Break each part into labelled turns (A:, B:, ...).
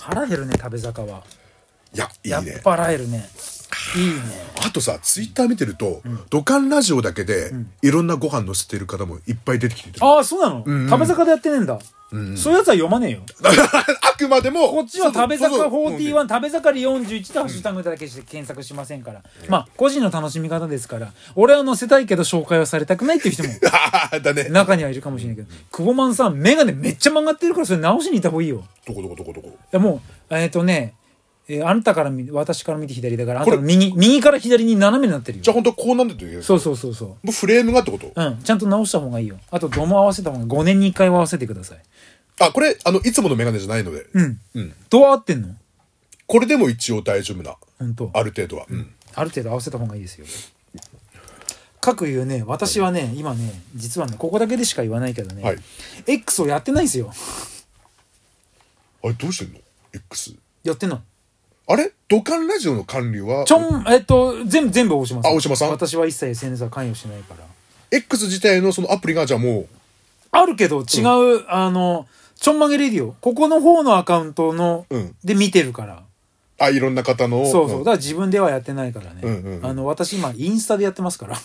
A: 腹減るね食べ酒はい
B: やい
A: やっ
B: いね
A: ぱ腹減るねいいね
B: あとさツイッター見てると、土管ラジオだけで、いろんなご飯載せてる方もいっぱい出てきてるあ
A: ああそうなの、食べ酒でやってねえんだ、そういうやつは読まねえよ
B: くまでも
A: こっちは食べ坂
B: そうそうそう
A: 41、食べ盛り41でハッシュタグだけして検索しませんから。まあ、個人の楽しみ方ですから、俺は載せたいけど紹介はされたくないっていう 人も
B: あーだね
A: 中にはいるかもしれないけど、久保マンさん、メガネめっちゃ曲がってるから、それ直しに行った方がいいよ。
B: どこどこどこどこ
A: でもう、えっ、とね、えーあなたから見、私から見て左だから、あなたの右、右から左に斜めになってる
B: じゃ
A: よ。
B: あ本当はこうなんだという
A: そうそうそうそう。
B: もうフレームがってこと
A: うん、ちゃんと直した方がいいよ。あと、度も合わせた方が、5年に1回は合わせてください。
B: あこれあのいつものメガネじゃないので、
A: うん。どう合ってんの
B: これでも一応大丈夫な
A: 本当。
B: ある程度は、うん
A: ある程度合わせた方がいいですよ。かくいうね、私はね、今ね、実はね、ここだけでしか言わないけどね、
B: はい
A: X をやってないんですよ。
B: あれどうしてんの X
A: やってない。
B: あれ土管ラジオの管理は
A: ちょん、えっと、全部、全部大島さん。
B: あ大島さん
A: 私は一切 SNS は関与してないから。
B: X 自体のそのアプリがじゃあもう
A: あるけど、違う、あの、ちょんまげレディオ、ここの方のアカウントの、
B: うん
A: で見てるから。
B: あいろんな方の
A: そうそう。
B: ん
A: だから自分ではやってないからね。
B: うんうんうん
A: あの、私今、インスタでやってますから。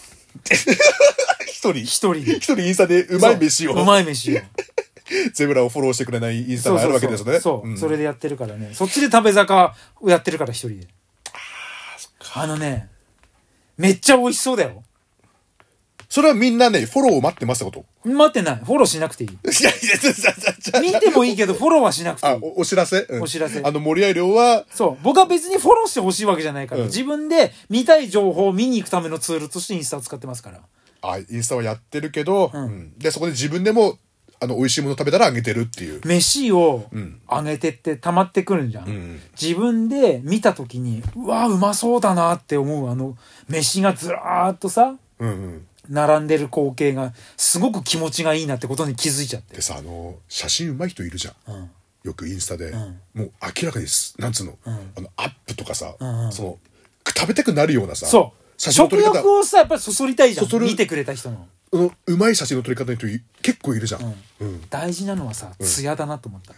B: 一人
A: 一
B: 一
A: 人で。
B: 人インスタでうまい飯を
A: そううまい飯を。
B: ゼブラをフォローしてくれないインスタがあるわけです
A: そ
B: ね
A: うそうそうそう、
B: ん
A: それでやってるからねそっちで食べ酒をやってるから一人であのねめっちゃ美味しそうだよ
B: それはみんなねフォローを待ってますってこ
A: 待ってないフォローしなくていい
B: と いやいやじゃじゃじゃじゃ
A: 見てもいいけどフォローはしなくてい
B: あ
A: い
B: おお知らせ、うん
A: お知らせ
B: あの森合亮は
A: そう僕は別にフォローしてほしいわけじゃないから、
B: うん
A: 自分で見たい情報を見に行くためのツールとしてインスタを使ってますから
B: あインスタはやってるけど、うんでそこで自分でもあの美味しいもの食べたらあげてるっていう
A: 飯をあげてって溜まってくるんじゃん、
B: ん
A: 自分で見た時にうわうまそうだなって思うあの飯がずらーっとさ
B: うんうん
A: 並んでる光景がすごく気持ちがいいなってことに気づいちゃって
B: でさあの写真うまい人いるじゃん、よくインスタで、もう明らかにですなんつうの,、あのアップとかさ、その食べたくなるようなさ
A: そう
B: 写真の撮
A: 食
B: り方
A: 欲をさやっぱりそそりたいじゃ
B: そそ
A: ん
B: る
A: 見てくれた人の
B: そのうまい写真の撮り方の人い結構いるじゃん、うん
A: 大事なのはさ艶だなと思った、
B: あ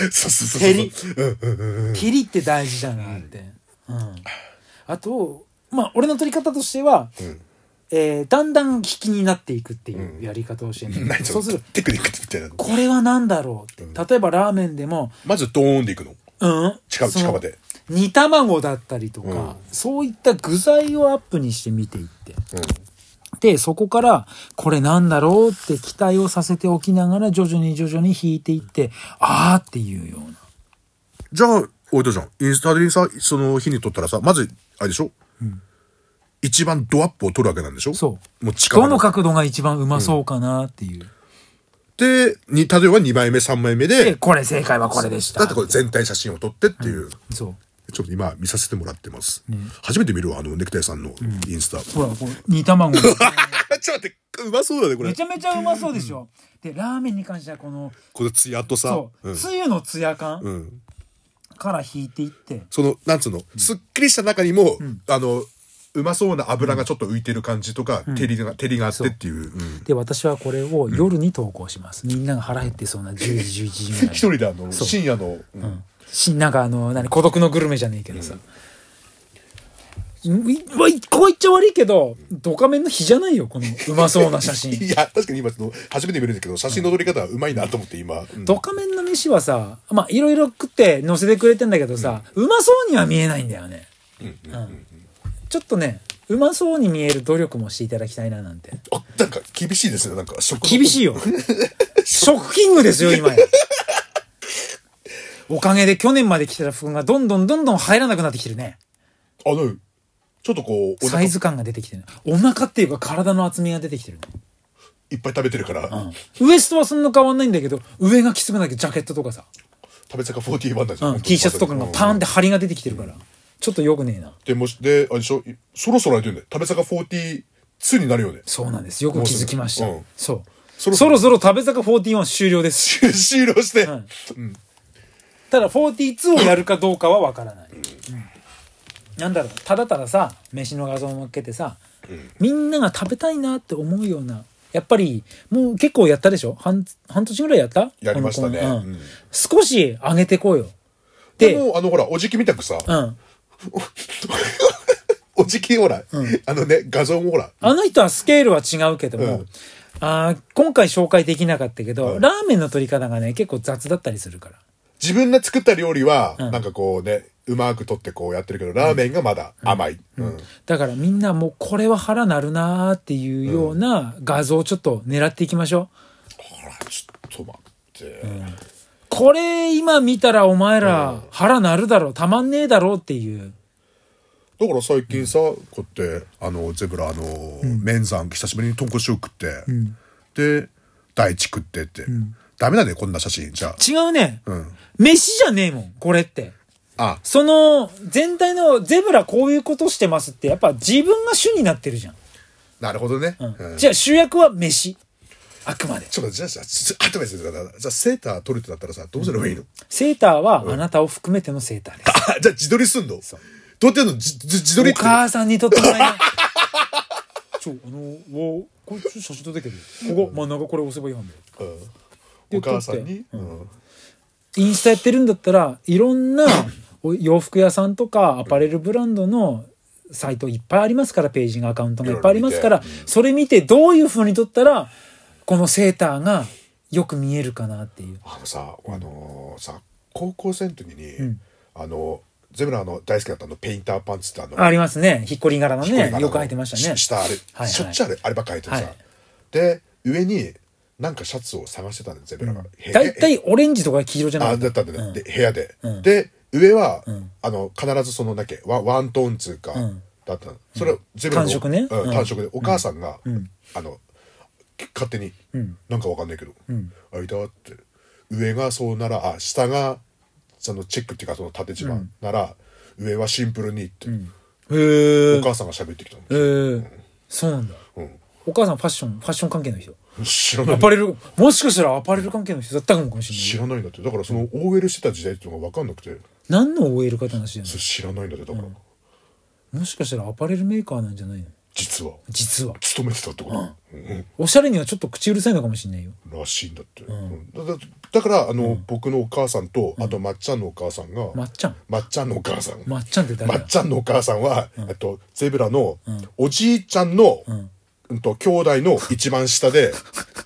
B: そうそうそうそう
A: 照り
B: うんうんうんうん
A: ピリって大事だなって、うんあとまあ俺の取り方としては、えーだんだん引きになっていくっていうやり方をして ね、
B: 何
A: そ
B: そう
A: す
B: の
A: る
B: テクニックみたいなの
A: これは何だろうって、例えばラーメンでも
B: まずドーンでいくの
A: うん
B: 近
A: その
B: 近場で
A: 煮卵だったりとか、
B: うん
A: そういった具材をアップにして見ていって、でそこからこれなんだろうって期待をさせておきながら徐々に徐々に引いていってあーっていうような
B: じゃあおいとじゃんインスタでさその日に撮ったらさまずあれでしょ、一番ドアップを撮るわけなんでしょ
A: そう
B: もう近場
A: どの角度が一番うまそうかなっていう、
B: でに例えば2枚目3枚目
A: で
B: で
A: これ正解はこれでした
B: だってこれ全体写真を撮ってっていう、
A: そう
B: ちょっと今見させてもらってます、初めて見るわあのネクタイさんのイン スタ、
A: ほらこう煮卵
B: あちょっと待ってうまそうだねこれ
A: めちゃめちゃうまそうでしょ、でラーメンに関してはこの
B: このツヤとさ
A: そう、
B: ん
A: つゆのつや感
B: うん、
A: から引いていって、
B: そのなんつうの、すっきりした中にも、あのうまそうな油がちょっと浮いてる感じとか、照りが照りがあってっていう、うん
A: で私はこれを夜に投稿します、みんなが腹減ってそうな10時11時ぐらい
B: 一人であの深夜の、うん
A: しなんかあの何孤独のグルメじゃねえけどさ、うん、いわいこう言っちゃ悪いけどドカメンの日じゃないよこのうまそうな写真
B: いや確かに今その初めて見るんですけど写真の撮り方はうまいなと思って今、うん
A: ドカメンの飯はさまあいろいろ食って載せてくれてんだけどさ、うまそうには見えないんだよね、うんちょっとねうまそうに見える努力もしていただきたいななんて
B: あなんか厳しいですねなんか食
A: 厳しい よ食キングですよ今やおかげで去年まで着てた服がどんどんどんどん入らなくなってきてるね
B: あのちょっとこうお
A: サ
B: 腹い
A: イ
B: っ
A: ズ感が出てきてるお腹っていうか体の厚みが出てきてるね、
B: ぱい食べてるから、
A: ウエストはそんな変わんないんだけど上がきつくなきゃジャケットとかさ、
B: 食べ坂41だじゃ、
A: うんん、T シャツとかがパーンって
B: で、
A: 張りが出てきてるから、ちょっとよくねえな
B: でもしであれでしょいそろそろあれだよね食べ坂42になるよね
A: そうなんですよく気づきました、
B: うん
A: そうそ
B: そ
A: ろ
B: ろ
A: そ
B: そ
A: ろ
B: ろ
A: 食べ坂41終了です
B: 終了して、
A: んただ42をやるかどうかはわからない、うんなんだろうただたださ飯の画像を乗っけてさ、みんなが食べたいなって思うようなやっぱりもう結構やったでしょ半半年ぐらいやった
B: やりましたね
A: このコーナー
B: うん
A: 少し上げてこうよで
B: でもあのほらおじきみたくさ、
A: うん
B: おじきほら、あのね画像もほら
A: あの人はスケールは違うけども、
B: うん
A: あー今回紹介できなかったけど、
B: うん
A: ラーメンの取り方がね結構雑だったりするから
B: 自分で作った料理は、
A: ん
B: なんかこうねうまく取ってこうやってるけどラーメンがまだ甘い、うん
A: だからみんなもうこれは腹なるなーっていうような画像をちょっと狙っていきましょ
B: ほらちょっと待って、
A: うこれ今見たらお前ら腹なるだろたまんねえだろっていう
B: だから最近さ、こうやってあのゼブラあの、麺さん久しぶりに豚骨塩食って、で大地食ってって、ダメだねこんな写真じゃあ
A: 違うね、
B: うん
A: 飯じゃねえもんこれって
B: あ
A: その全体のゼブラこういうことしてますってやっぱ自分が主になってるじゃん、
B: なるほどね、
A: うん
B: うん
A: じゃあ主役は飯あくまで
B: ちょっとじゃあじゃあちょあとでじゃあじゃあセーター取るってなったらさどうすればいいの、
A: セーターはあなたを含めてのセーターです。
B: あじゃあ自撮りすんのどうやってやるのじじ自撮り
A: お
B: って
A: 母さんにとっても らえない。ちょ、あの、わこれちょっと写真撮ってけど、ここ真ん中これ押せばいいはんだよ。
B: うんお母さんに、うん
A: インスタやってるんだったら、いろんなお洋服屋さんとかアパレルブランドのサイトいっぱいありますから、ページがアカウントがいっぱいありますから、それ見てどういう風に撮ったら、このセーターがよく見えるかなっていう。
B: あのさあのーさ高校生の時に、あのゼブラの大好きだったあのペインターパンツってあの
A: ありますね。ひっこり柄の
B: これ
A: ね
B: が。
A: よく履いてましたね。
B: し下あれ、
A: はい
B: しょっちゅうあれあればっかり履いてさ、
A: はい
B: で上になんかシャツを探してたんだよゼブラが、へ
A: だいたいオレンジとか黄色じゃな
B: あ
A: い
B: だったんだね、で部屋で、で上は、あの必ずそのだっけワンワントーンつうか、だったのそれを全部
A: 単色ね
B: うん
A: うん
B: 単色でお母さんが、あのき勝手に、なんかわかんないけど「あいた」って上がそうならあ下がそのチェックっていうかその縦じまなら、上はシンプルにって、
A: へー
B: お母さんが喋ってきたの、
A: えー、そうなんだ。
B: うん
A: お母さんファッション、ファッション関係の人。
B: 知らない
A: アパレル、もしかしたらアパレル関係の人だったかもしれない。
B: 知らないんだってだからその OL してた時代っていうのが分かんなくて
A: 何の OL かって話じゃな
B: それ知らないんだってだから、
A: いもしかしたらアパレルメーカーなんじゃないの
B: 実は
A: 実は。
B: 勤めてたってこと、うん
A: おしゃれにはちょっと口うるさいのかもしれないよ。
B: らしいんだって、うんだだだからあの、僕のお母さんとあとまっちゃんのお母さんが、
A: まっちゃん
B: まっちゃんのお母さん
A: まっちゃんって誰
B: ま
A: だ
B: っちゃんのお母さんは、えっとゼブラのおじいちゃんの、うんと兄弟の一番下で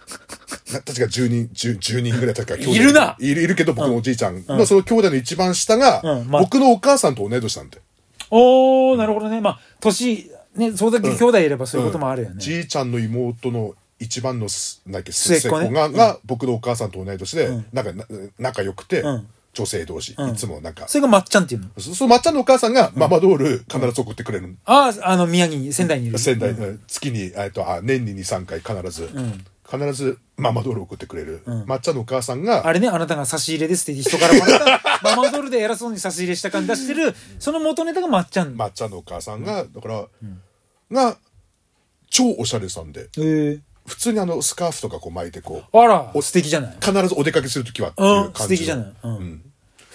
B: な確か10人 10, 10人ぐらい確か兄弟
A: いるない
B: るいるけど僕のおじいちゃんの、その兄弟の一番下が、
A: うんま
B: 僕のお母さんと同い年なんで、
A: おー、なるほどね。まあ、年、ね、それだけ兄弟いればそういうこともあるよね。
B: じいちゃんの妹の一番のすなんだっけ
A: 末
B: 末
A: っ
B: っ
A: 子
B: 子
A: ね
B: が,、が僕のお母さんと同い年で、なんかな仲良くて、
A: ん
B: 女性同士、いつもなんか、
A: それがまっちゃんっていうの。
B: そそのまっちゃんのお母さんがママドール必ず送ってくれるの、
A: ああ、あの、宮城に、仙台にいる。
B: 仙台、うん月にえっとあ年に23回必ず、必ずママドール送ってくれる、まっちゃんのお母さんが
A: あれね、あなたが差し入れですって人からもら った、ママドルで偉そうに差し入れした感じ出してる、その元ネタがまっちゃん。
B: まっちゃんのお母さんが、だから、が超おしゃれさんで
A: えー、
B: 普通にあのスカーフとかこう巻いてこう
A: あら、素敵じゃない
B: 必ずお出かけする時はっていう
A: う
B: 感
A: ん、
B: じの
A: 素敵じゃない。うん。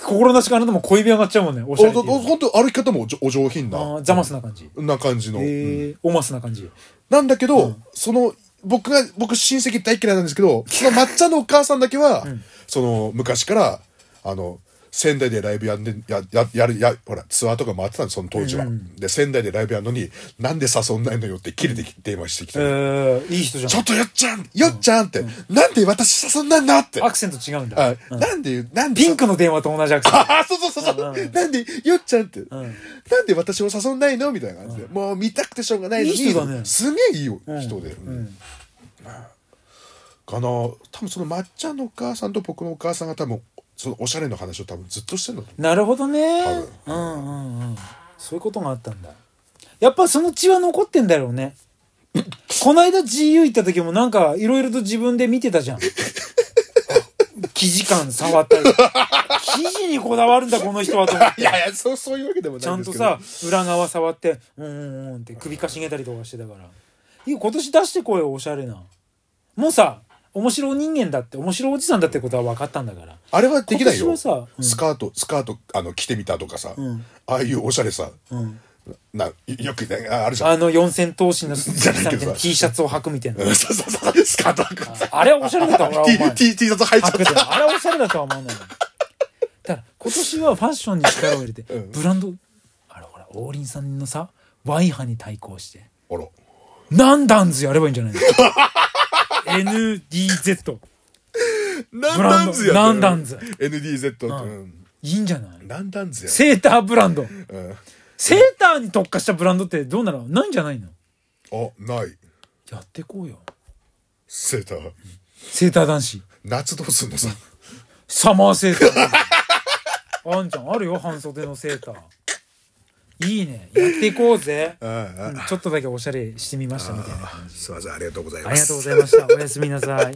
A: 心なしかあなたも恋火上がっちゃうもんね。おしゃれっていうか。
B: 本当歩き方もお上お上品
A: あー
B: な
A: ザマスな感じ。
B: な感じの、
A: えー、オマスな感じ。
B: なんだけど、その僕が僕親戚大嫌いなんですけどその抹茶のお母さんだけは、その昔からあの仙台でライブやんでやややるやほらツアーとか回ってたんですその当時は、で仙台でライブやるのになんで誘んないのよって切れてき電話してき
A: え
B: て、
A: ー、いい人じゃ
B: ちょ
A: ん
B: っ。とよっちゃんよっちゃんって、なんで私誘んないんだって
A: アクセント違うんだ
B: あ。なんでなんで
A: ピンクの電話と同じアクセント。
B: ああ、そうそうそうそう、なんで、よっちゃんって、なんで私を誘んないのみたいな感じで、もう見たくてしょうがないのに
A: いい人だね
B: すげえいいよ人で。うんかな多分そのまっちゃんのお母さんと僕のお母さんが多分そのおしゃれの話を多分ずっとしてるの
A: なるほどね。うんうんうん。そういうことがあったんだ。やっぱその血は残ってんだろうね。こないだ GU 行った時もなんかいろいろと自分で見てたじゃん。生地感触ったり。生地にこだわるんだこの人はと思って
B: い。やいやそうそういうわけでも
A: ち
B: な
A: ゃ
B: いん
A: ん
B: で
A: と
B: すけど
A: さ裏側触ってうんうんうんって首かしげたりとかしてたからいや今年出してこいよおしゃれなもうさ面白人間だって面白おじさんだってことは分かったんだから
B: あれはできないよ
A: 今年はさうん
B: スカートスカートあの着てみたとかさ、ああいうおしゃれさ、なよく、ね、ああるじゃん
A: あの四千頭身の鈴木さんみたいな
B: じゃないけどさ
A: T シャツを履くみたいな
B: うん そうそうそうスカート履くさ
A: あれはおしゃれだとは俺は思わない
B: T, T シャツ履いちゃ
A: 履
B: っ
A: くって
B: た
A: あれはおしゃれだとは思わないだから今年はファッションに力を入れて、
B: うん
A: ブランドあれほら王林さんのさワイハに対抗して
B: あら
A: 何ダンズやればいいんじゃ ないの ?NDZ
B: ラ
A: ブ
B: ン
A: ラ
B: ダ
A: ン
B: ン
A: ド
B: ズや
A: ランダンズ
B: NDZ って、
A: ん
B: うん、
A: いいんじゃない
B: ランダンズや
A: セーターブランド
B: うん、あ
A: セーターに特化したブランドってどうなのないんじゃないの
B: ない
A: やっていこうよ
B: セーター
A: セーター男子
B: 夏どうすんのさ
A: サマーセーターあんちゃんあるよ半袖のセーターいいねやっていこうぜ、
B: うん
A: う
B: うん
A: んちょっとだけおしゃれしてみましたみたいな感じ
B: すいませんありがとうござい
A: あ
B: ま
A: り
B: す
A: がとうございましたおやすみなさい